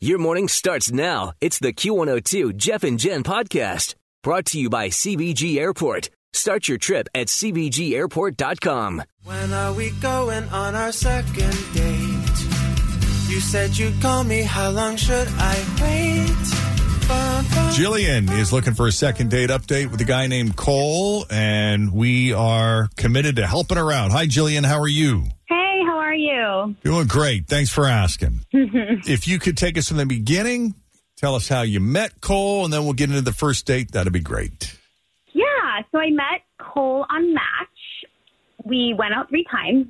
Your morning starts now. It's the Q102 Jeff and Jen podcast brought to you by CBG Airport. Start your trip at CBGAirport.com. When are we going on our second date? You said you'd call me, how long should I wait? Bum, bum, Jillian is looking for a second date update with a guy named Cole, and we are committed to helping her out. Hi, Jillian. How are you? Hey, how are you? Doing great. Thanks for asking. if you could take us from the beginning, tell us how you met Cole, and then we'll get into the first date. That'd be great. Yeah, so I met Cole on Match. We went out three times.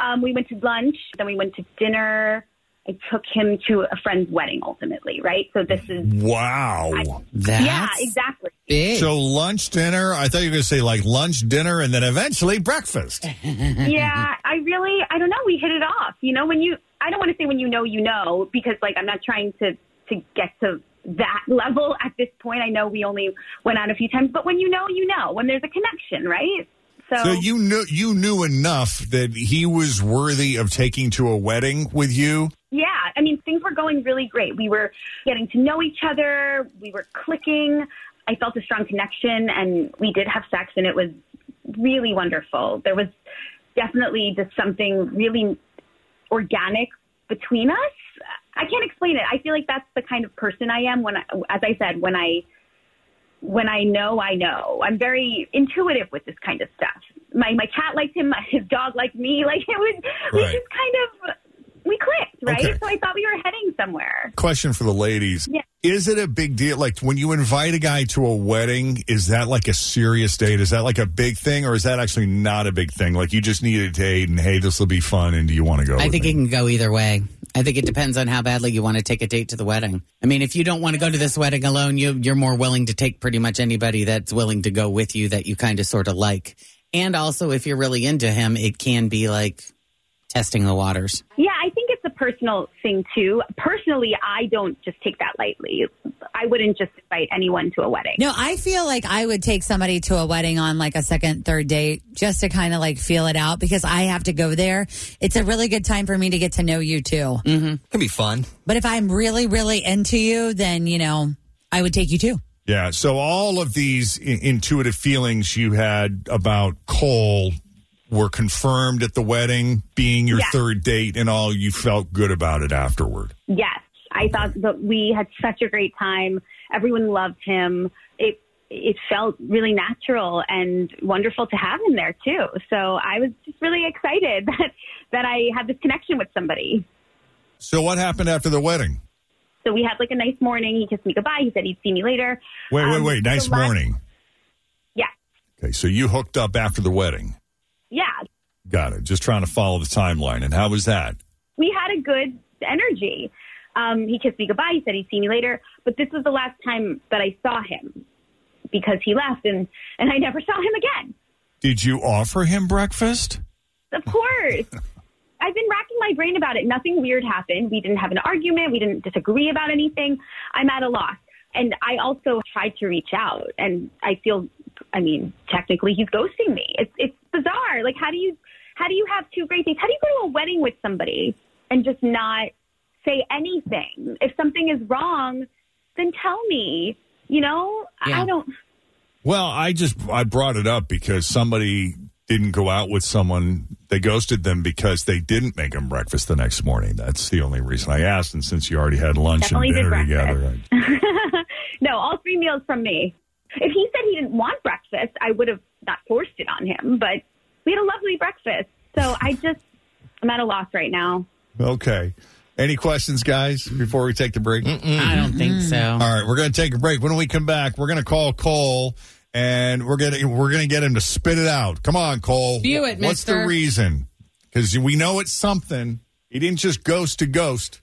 Um, we went to lunch, then we went to dinner. I took him to a friend's wedding ultimately, right? So this is, Wow. That's yeah, exactly. big. So lunch, dinner. I thought you were going to say like lunch, dinner, and then eventually breakfast. yeah, I really, I don't know. We hit it off. You know, when you, I don't want to say when you know, you know, because like I'm not trying to to get to that level at this point. I know we only went out a few times, but when you know, you know. When there's a connection, right? So you knew you knew enough that he was worthy of taking to a wedding with you. Yeah, I mean, things were going really great. We were getting to know each other, we were clicking. I felt a strong connection, and we did have sex, and it was really wonderful. There was definitely just something really organic between us. I can't explain it. I feel like that's the kind of person I am when I, as I said, when I when I know, I know. I'm very intuitive with this kind of stuff. My my cat liked him, his dog liked me. Like it was we Right. just kind of we clicked, right? Okay. So I thought we were heading somewhere. Question for the ladies. Yeah. Is it a big deal? Like when you invite a guy to a wedding, is that like a serious date? Is that like a big thing or is that actually not a big thing? Like you just need a date and hey, this will be fun and do you want to go? I with think me? it can go either way. I think it depends on how badly you want to take a date to the wedding. I mean, if you don't want to go to this wedding alone, you, you're more willing to take pretty much anybody that's willing to go with you that you kind of sort of like. And also, if you're really into him, it can be like testing the waters. Yeah, I think it's a personal thing too. Personally, I don't just take that lightly. I wouldn't just invite anyone to a wedding. No, I feel like I would take somebody to a wedding on like a second, third date just to kind of like feel it out because I have to go there. It's a really good time for me to get to know you too. can Mm-hmm. be fun. But if I'm really, really into you, then, you know, I would take you too. Yeah. So all of these I- intuitive feelings you had about Cole were confirmed at the wedding, being your Yeah. third date, and all you felt good about it afterward. Yes, I thought that we had such a great time. Everyone loved him. It it felt really natural and wonderful to have him there too. So I was just really excited that that I had this connection with somebody. So what happened after the wedding? So we had like a nice morning. He kissed me goodbye. He said he'd see me later. Wait, wait, Um, wait. the Nice last- morning. Yeah, Okay. So you hooked up after the wedding. yeah. Got it. Just trying to follow the timeline. And how was that? we had a good energy. Um, he kissed me goodbye. He said he'd see me later, but this was the last time that I saw him because he left, and and I never saw him again. Did you offer him breakfast? Of course. I've been racking my brain about it. Nothing weird happened. We didn't have an argument. We didn't disagree about anything. I'm at a loss. And I also tried to reach out and I feel I mean, technically he's ghosting me. It's it's bizarre. Like how do you how do you have two great dates? How do you go to a wedding with somebody and just not say anything? If something is wrong, then tell me. You know? I- Yeah. I don't Well, I just I brought it up because somebody didn't go out with someone. They ghosted them because they didn't make them breakfast the next morning. That's the only reason I asked. And since you already had lunch Definitely did and dinner breakfast. together, I- no, all three meals from me. If he said he didn't want breakfast, I would have not forced it on him, but we had a lovely breakfast. So I just, I'm at a loss right now. okay. Any questions, guys? Before we take the break. I don't think so. All right, we're going to take a break. When we come back, we're going to call Cole and we're going to we're going to get him to spit it out. Come on, Cole. Spew it, What's the mister. reason? Cuz we know it's something. He didn't just ghost to ghost.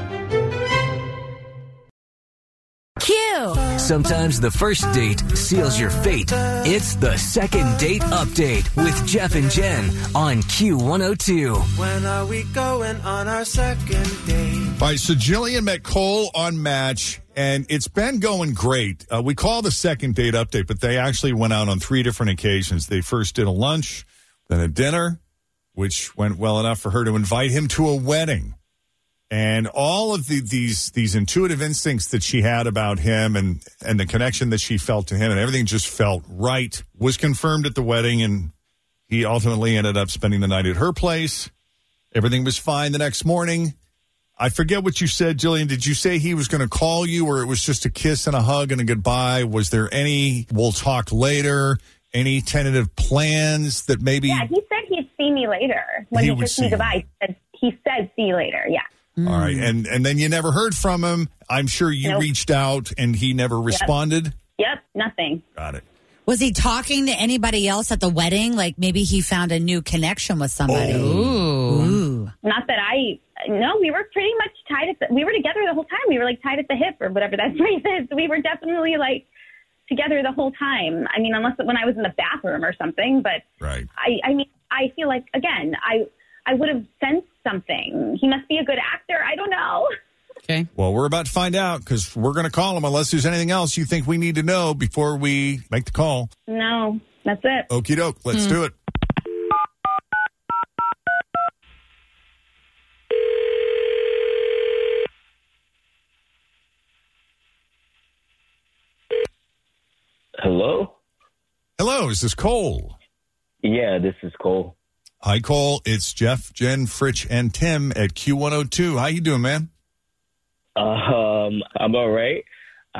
Q. Sometimes the first date seals your fate. It's the second date update with Jeff and Jen on Q102. When are we going on our second date? All right, so Jillian met Cole on Match, and it's been going great. Uh, we call the second date update, but they actually went out on three different occasions. They first did a lunch, then a dinner, which went well enough for her to invite him to a wedding. And all of the, these these intuitive instincts that she had about him and and the connection that she felt to him and everything just felt right was confirmed at the wedding, and he ultimately ended up spending the night at her place. Everything was fine the next morning. I forget what you said, Jillian. Did you say he was going to call you, or it was just a kiss and a hug and a goodbye? Was there any "we'll talk later"? Any tentative plans that maybe? Yeah, he said he'd see me later when He he, would kissed see me you. goodbye. He said, he said, see you later. Yeah. All right, and and then you never heard from him. I'm sure you Nope. reached out and he never responded. Yep. Nothing. Got it. Was he talking to anybody else at the wedding? Like maybe he found a new connection with somebody. Oh. Ooh. Not that I. No, we were pretty much tied at the. We were together the whole time. We were like tied at the hip or whatever that phrase is. We were definitely like together the whole time. I mean, unless when I was in the bathroom or something. But Right. I, I mean, I feel like again, I, I would have sensed something. He must be a good actor. I don't know. Okay. Well, we're about to find out because we're going to call him unless there's anything else you think we need to know before we make the call. No, that's it. Okie doke. Let's do it. Hello? Hello, is this Cole? Yeah, this is Cole. Hi, Cole. It's Jeff, Jen, Fritch, and Tim at Q102. How you doing, man? Um, I'm all right. Uh,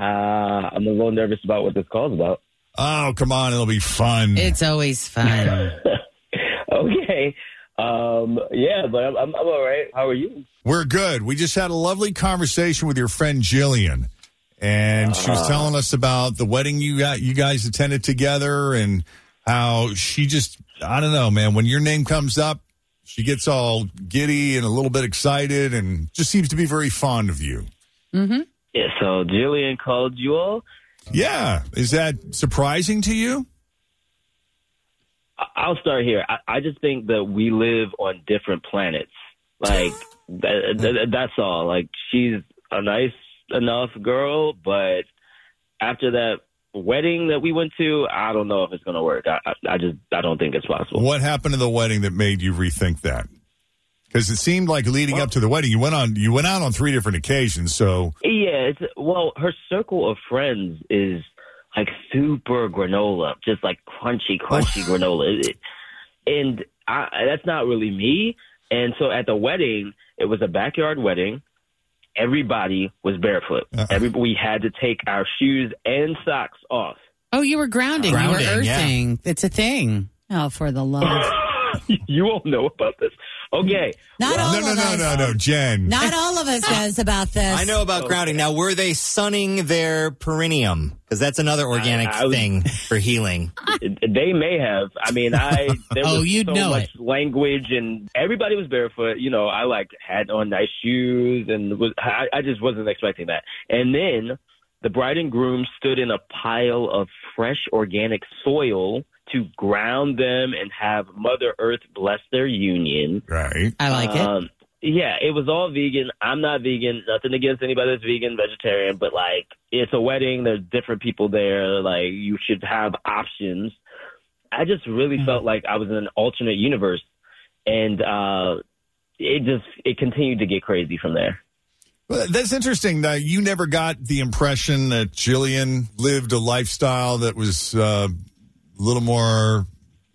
I'm a little nervous about what this call's about. Oh, come on. It'll be fun. It's always fun. Oh, Okay. Um, yeah, but I'm, I'm, I'm all right. How are you? We're good. We just had a lovely conversation with your friend Jillian, and she was telling us about the wedding you got you guys attended together, and how she just I don't know, man. When your name comes up, she gets all giddy and a little bit excited, and just seems to be very fond of you. Yeah, so Jillian called you all. Yeah, is that surprising to you? I- I'll start here. I, I just think that we live on different planets. Like that, that, that's all. Like she's a nice enough girl, but after that wedding that we went to, I don't know if it's gonna work. I, I, I just I don't think it's possible. What happened to the wedding that made you rethink that? Because it seemed like leading up to the wedding, you went on you went out on three different occasions, so Yeah, it's, well, her circle of friends is like super granola, just like crunchy, crunchy granola. It- it- and I, that's not really me. And so at the wedding, it was a backyard wedding. Everybody was barefoot. Every, we had to take our shoes and socks off. Oh, you were grounding. you were Grounding, yeah. earthing. It's a thing. Oh, for the love. you all know about this. Okay. Not all no, no, of no, us. no, no, Jen. Not all of us knows about this. I know about grounding. Now, were they sunning their perineum? Because that's another organic I was- thing for healing. They may have. I mean, I there Oh, was you'd so know much language, and everybody was barefoot. You know, I like had on nice shoes, and was I, I just wasn't expecting that. And then the bride and groom stood in a pile of fresh organic soil to ground them and have Mother Earth bless their union. Right. I like it. Um, yeah, it was all vegan. I'm not vegan. Nothing against anybody that's vegan, vegetarian, but like it's a wedding. There's different people there. Like you should have options. I just really felt like I was in an alternate universe, and uh, it just it continued to get crazy from there. Well, that's interesting. Now, you never got the impression that Jillian lived a lifestyle that was uh, a little more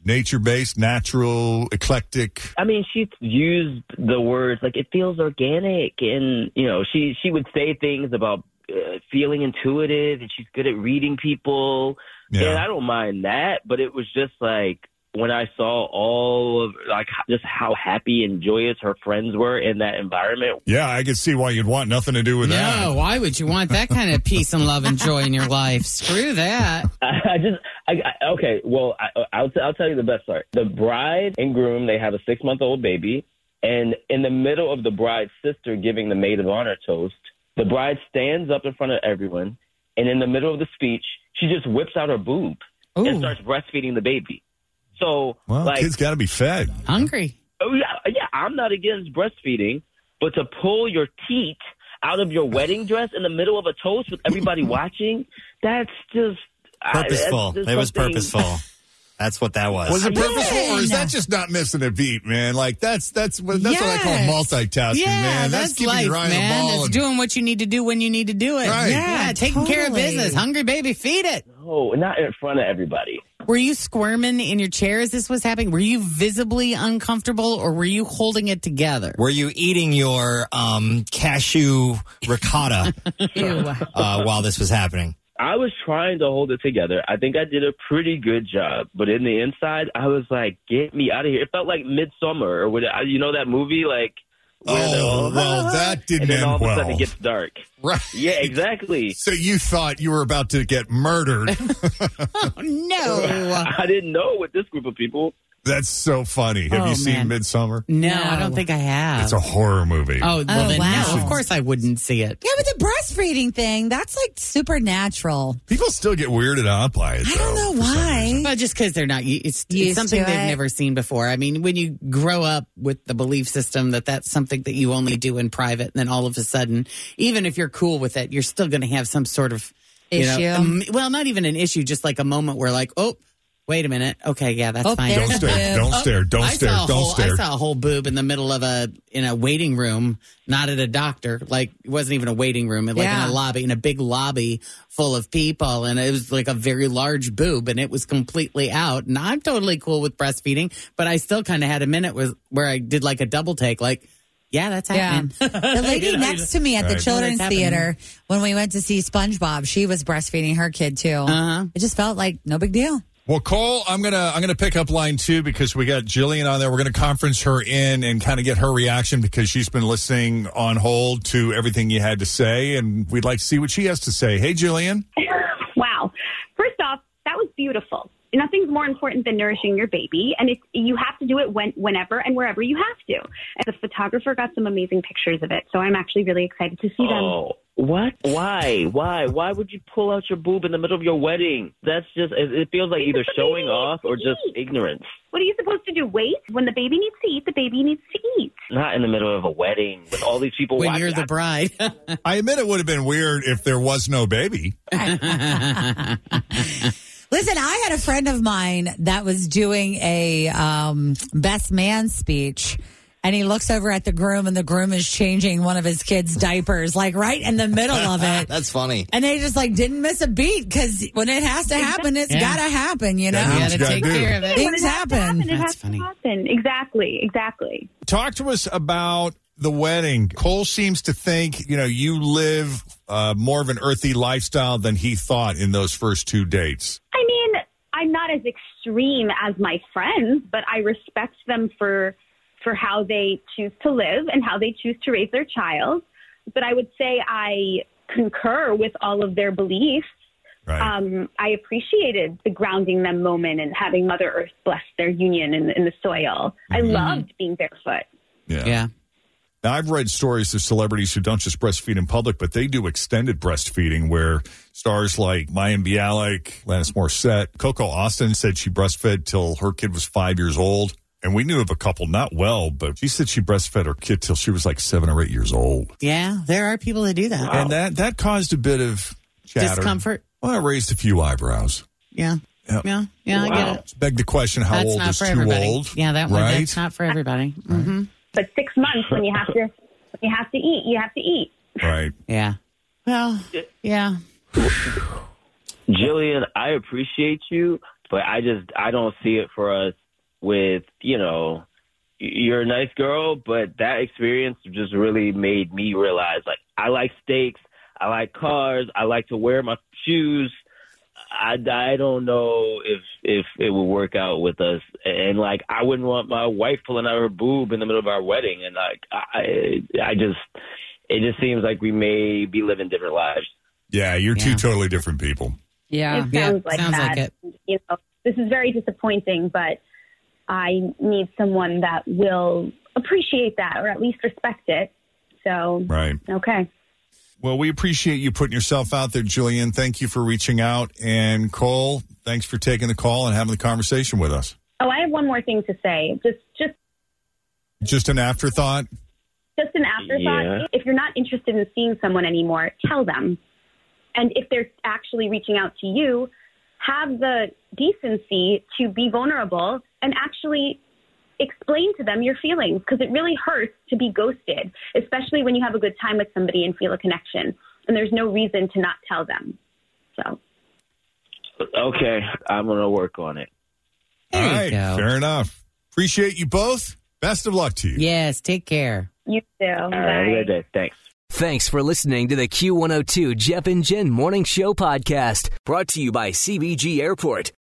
nature based, natural, eclectic. I mean, she used the words like it feels organic, and you know, she she would say things about uh, feeling intuitive, and she's good at reading people. Yeah. And I don't mind that, but it was just like when I saw all of like just how happy and joyous her friends were in that environment. Yeah, I could see why you'd want nothing to do with that. No, why would you want that kind of peace and love and joy in your life? Screw that. I just, I, I, okay, well, I, I'll, t- I'll tell you the best part. The bride and groom, they have a six month old baby. And in the middle of the bride's sister giving the maid of honor toast, the bride stands up in front of everyone. And in the middle of the speech, she just whips out her boob and starts breastfeeding the baby. So, Well, like, kids got to be fed. Hungry. Oh yeah, yeah. I'm not against breastfeeding, but to pull your teat out of your wedding dress in the middle of a toast with everybody watching, that's just I- that's Purposeful. just it was something- purposeful. That's what that was. Was it purposeful, or is that just not missing a beat, man? Like that's that's that's what I call Yes. multitasking, yeah, man. That's, keeping life, your eye on the man. ball That's and- doing what you need to do when you need to do it. Right. Yeah, Yeah, taking care of totally. business. Hungry baby, feed it. No, Oh, not in front of everybody. Were you squirming in your chair as this was happening? Were you visibly uncomfortable or were you holding it together? Were you eating your um, cashew ricotta uh, while this was happening? I was trying to hold it together. I think I did a pretty good job, but in the inside, I was like, "Get me out of here!" It felt like Midsummer or what? You know that movie, like. where they're all, Oh, well, that didn't and then end all of a sudden well. it gets dark. Right. Yeah, exactly. So you thought you were about to get murdered. no. I didn't know with this group of people. That's so funny. Have Oh, you seen man. Midsummer? No, I don't think I have. It's a horror movie. Oh, well, Oh, then wow. no. Of course I wouldn't see it. Yeah, but the breastfeeding thing, that's like supernatural. People still get weirded out by it. I don't know why. But just because they're not, u- it's, it's Mm-hmm. Used something to they've it. never seen before. I mean, when you grow up with the belief system that that's something that you only do in private, and then all of a sudden, even if you're cool with it, you're still going to have some sort of you know, Issue. um, well, not even an issue, just like a moment where, like, oh, wait a minute, okay, yeah, that's Oh, fine. there's Don't a stare. boob. Don't Oh, stare. Don't I stare. saw a Don't whole, stare. I saw a whole boob in the middle of a in a waiting room, not at a doctor. Like it wasn't even a waiting room, like Yeah. in a lobby, in a big lobby full of people, and it was like a very large boob, and it was completely out. And I'm totally cool with breastfeeding, but I still kind of had a minute was where I did like a double take, like, yeah, that's Yeah. happening. The lady next to me at the Right. children's What's theater when we went to see SpongeBob, she was breastfeeding her kid too. Uh-huh. It just felt like no big deal. Well, Cole, I'm gonna I'm gonna pick up line two because we got Jillian on there. We're gonna conference her in and kind of get her reaction because she's been listening on hold to everything you had to say, and we'd like to see what she has to say. Hey, Jillian. wow. First off, that was beautiful. Nothing's more important than nourishing your baby, and it's, you have to do it when, whenever and wherever you have to. And the photographer got some amazing pictures of it, so I'm actually really excited to see them. Oh, what? Why? Why? Why would you pull out your boob in the middle of your wedding? That's just, it, it feels like either showing off or just ignorance. What are you supposed to do? Wait? When the baby needs to eat, the baby needs to eat. Not in the middle of a wedding with all these people when watching. you're the bride. I admit it would have been weird if there was no baby. Listen, I had a friend of mine that was doing a um, best man speech. And he looks over at the groom, and the groom is changing one of his kids' diapers, like right in the middle of it. That's funny. And they just like didn't miss a beat because when it has to happen, it's Yeah. gotta happen, you know? Yeah. What you got to you gotta take do. care of it. When Things it has to happen. It That's has funny. to happen. Exactly. Exactly. Talk to us about the wedding. Cole seems to think you know you live uh, more of an earthy lifestyle than he thought in those first two dates. I mean, I'm not as extreme as my friends, but I respect them for for how they choose to live and how they choose to raise their child. But I would say I concur with all of their beliefs. Right. Um, I appreciated the grounding them moment and having Mother Earth bless their union in, in the soil. I loved being barefoot. Yeah. Now, I've read stories of celebrities who don't just breastfeed in public, but they do extended breastfeeding where stars like Mayim Bialik, Lannis Morissette, Coco Austin said she breastfed till her kid was five years old. And we knew of a couple, not well, but she said she breastfed her kid till she was like seven or eight years old. Yeah. There are people that do that. And that, that caused a bit of chatter. Discomfort. Well, it raised a few eyebrows. Yeah. Yeah. Yeah. Yeah. I get it. It's begged the question, how that's old not is for too everybody. old? Yeah, that one. Right? That's not for everybody. hmm But six months when you have to when you have to eat, you have to eat. right. Yeah. Well. Yeah. Jillian, I appreciate you, but I just, I don't see it for us with, you know, y- you're a nice girl, but that experience just really made me realize, like, I like steaks, I like cars, I like to wear my shoes. I, I don't know if if it would work out with us, and like I wouldn't want my wife pulling out her boob in the middle of our wedding, and like I I just it just seems like we may be living different lives. Yeah, you're two totally different people. Yeah, it yeah, sounds like sounds that. like it. You know, this is very disappointing, but I need someone that will appreciate that or at least respect it. So Right. okay. Well, we appreciate you putting yourself out there, Julian. Thank you for reaching out. And Cole, thanks for taking the call and having the conversation with us. Oh, I have one more thing to say. Just just Just an afterthought. just an afterthought. Yeah. If you're not interested in seeing someone anymore, tell them. And if they're actually reaching out to you, have the decency to be vulnerable and actually explain to them your feelings because it really hurts to be ghosted, especially when you have a good time with somebody and feel a connection. And there's no reason to not tell them. So, Okay, I'm gonna work on it. All right, fair enough. Appreciate you both. Best of luck to you. Yes, take care. You too. good day. Thanks. Thanks for listening to the Q102 Jeff and Jen Morning Show podcast, brought to you by CBG Airport.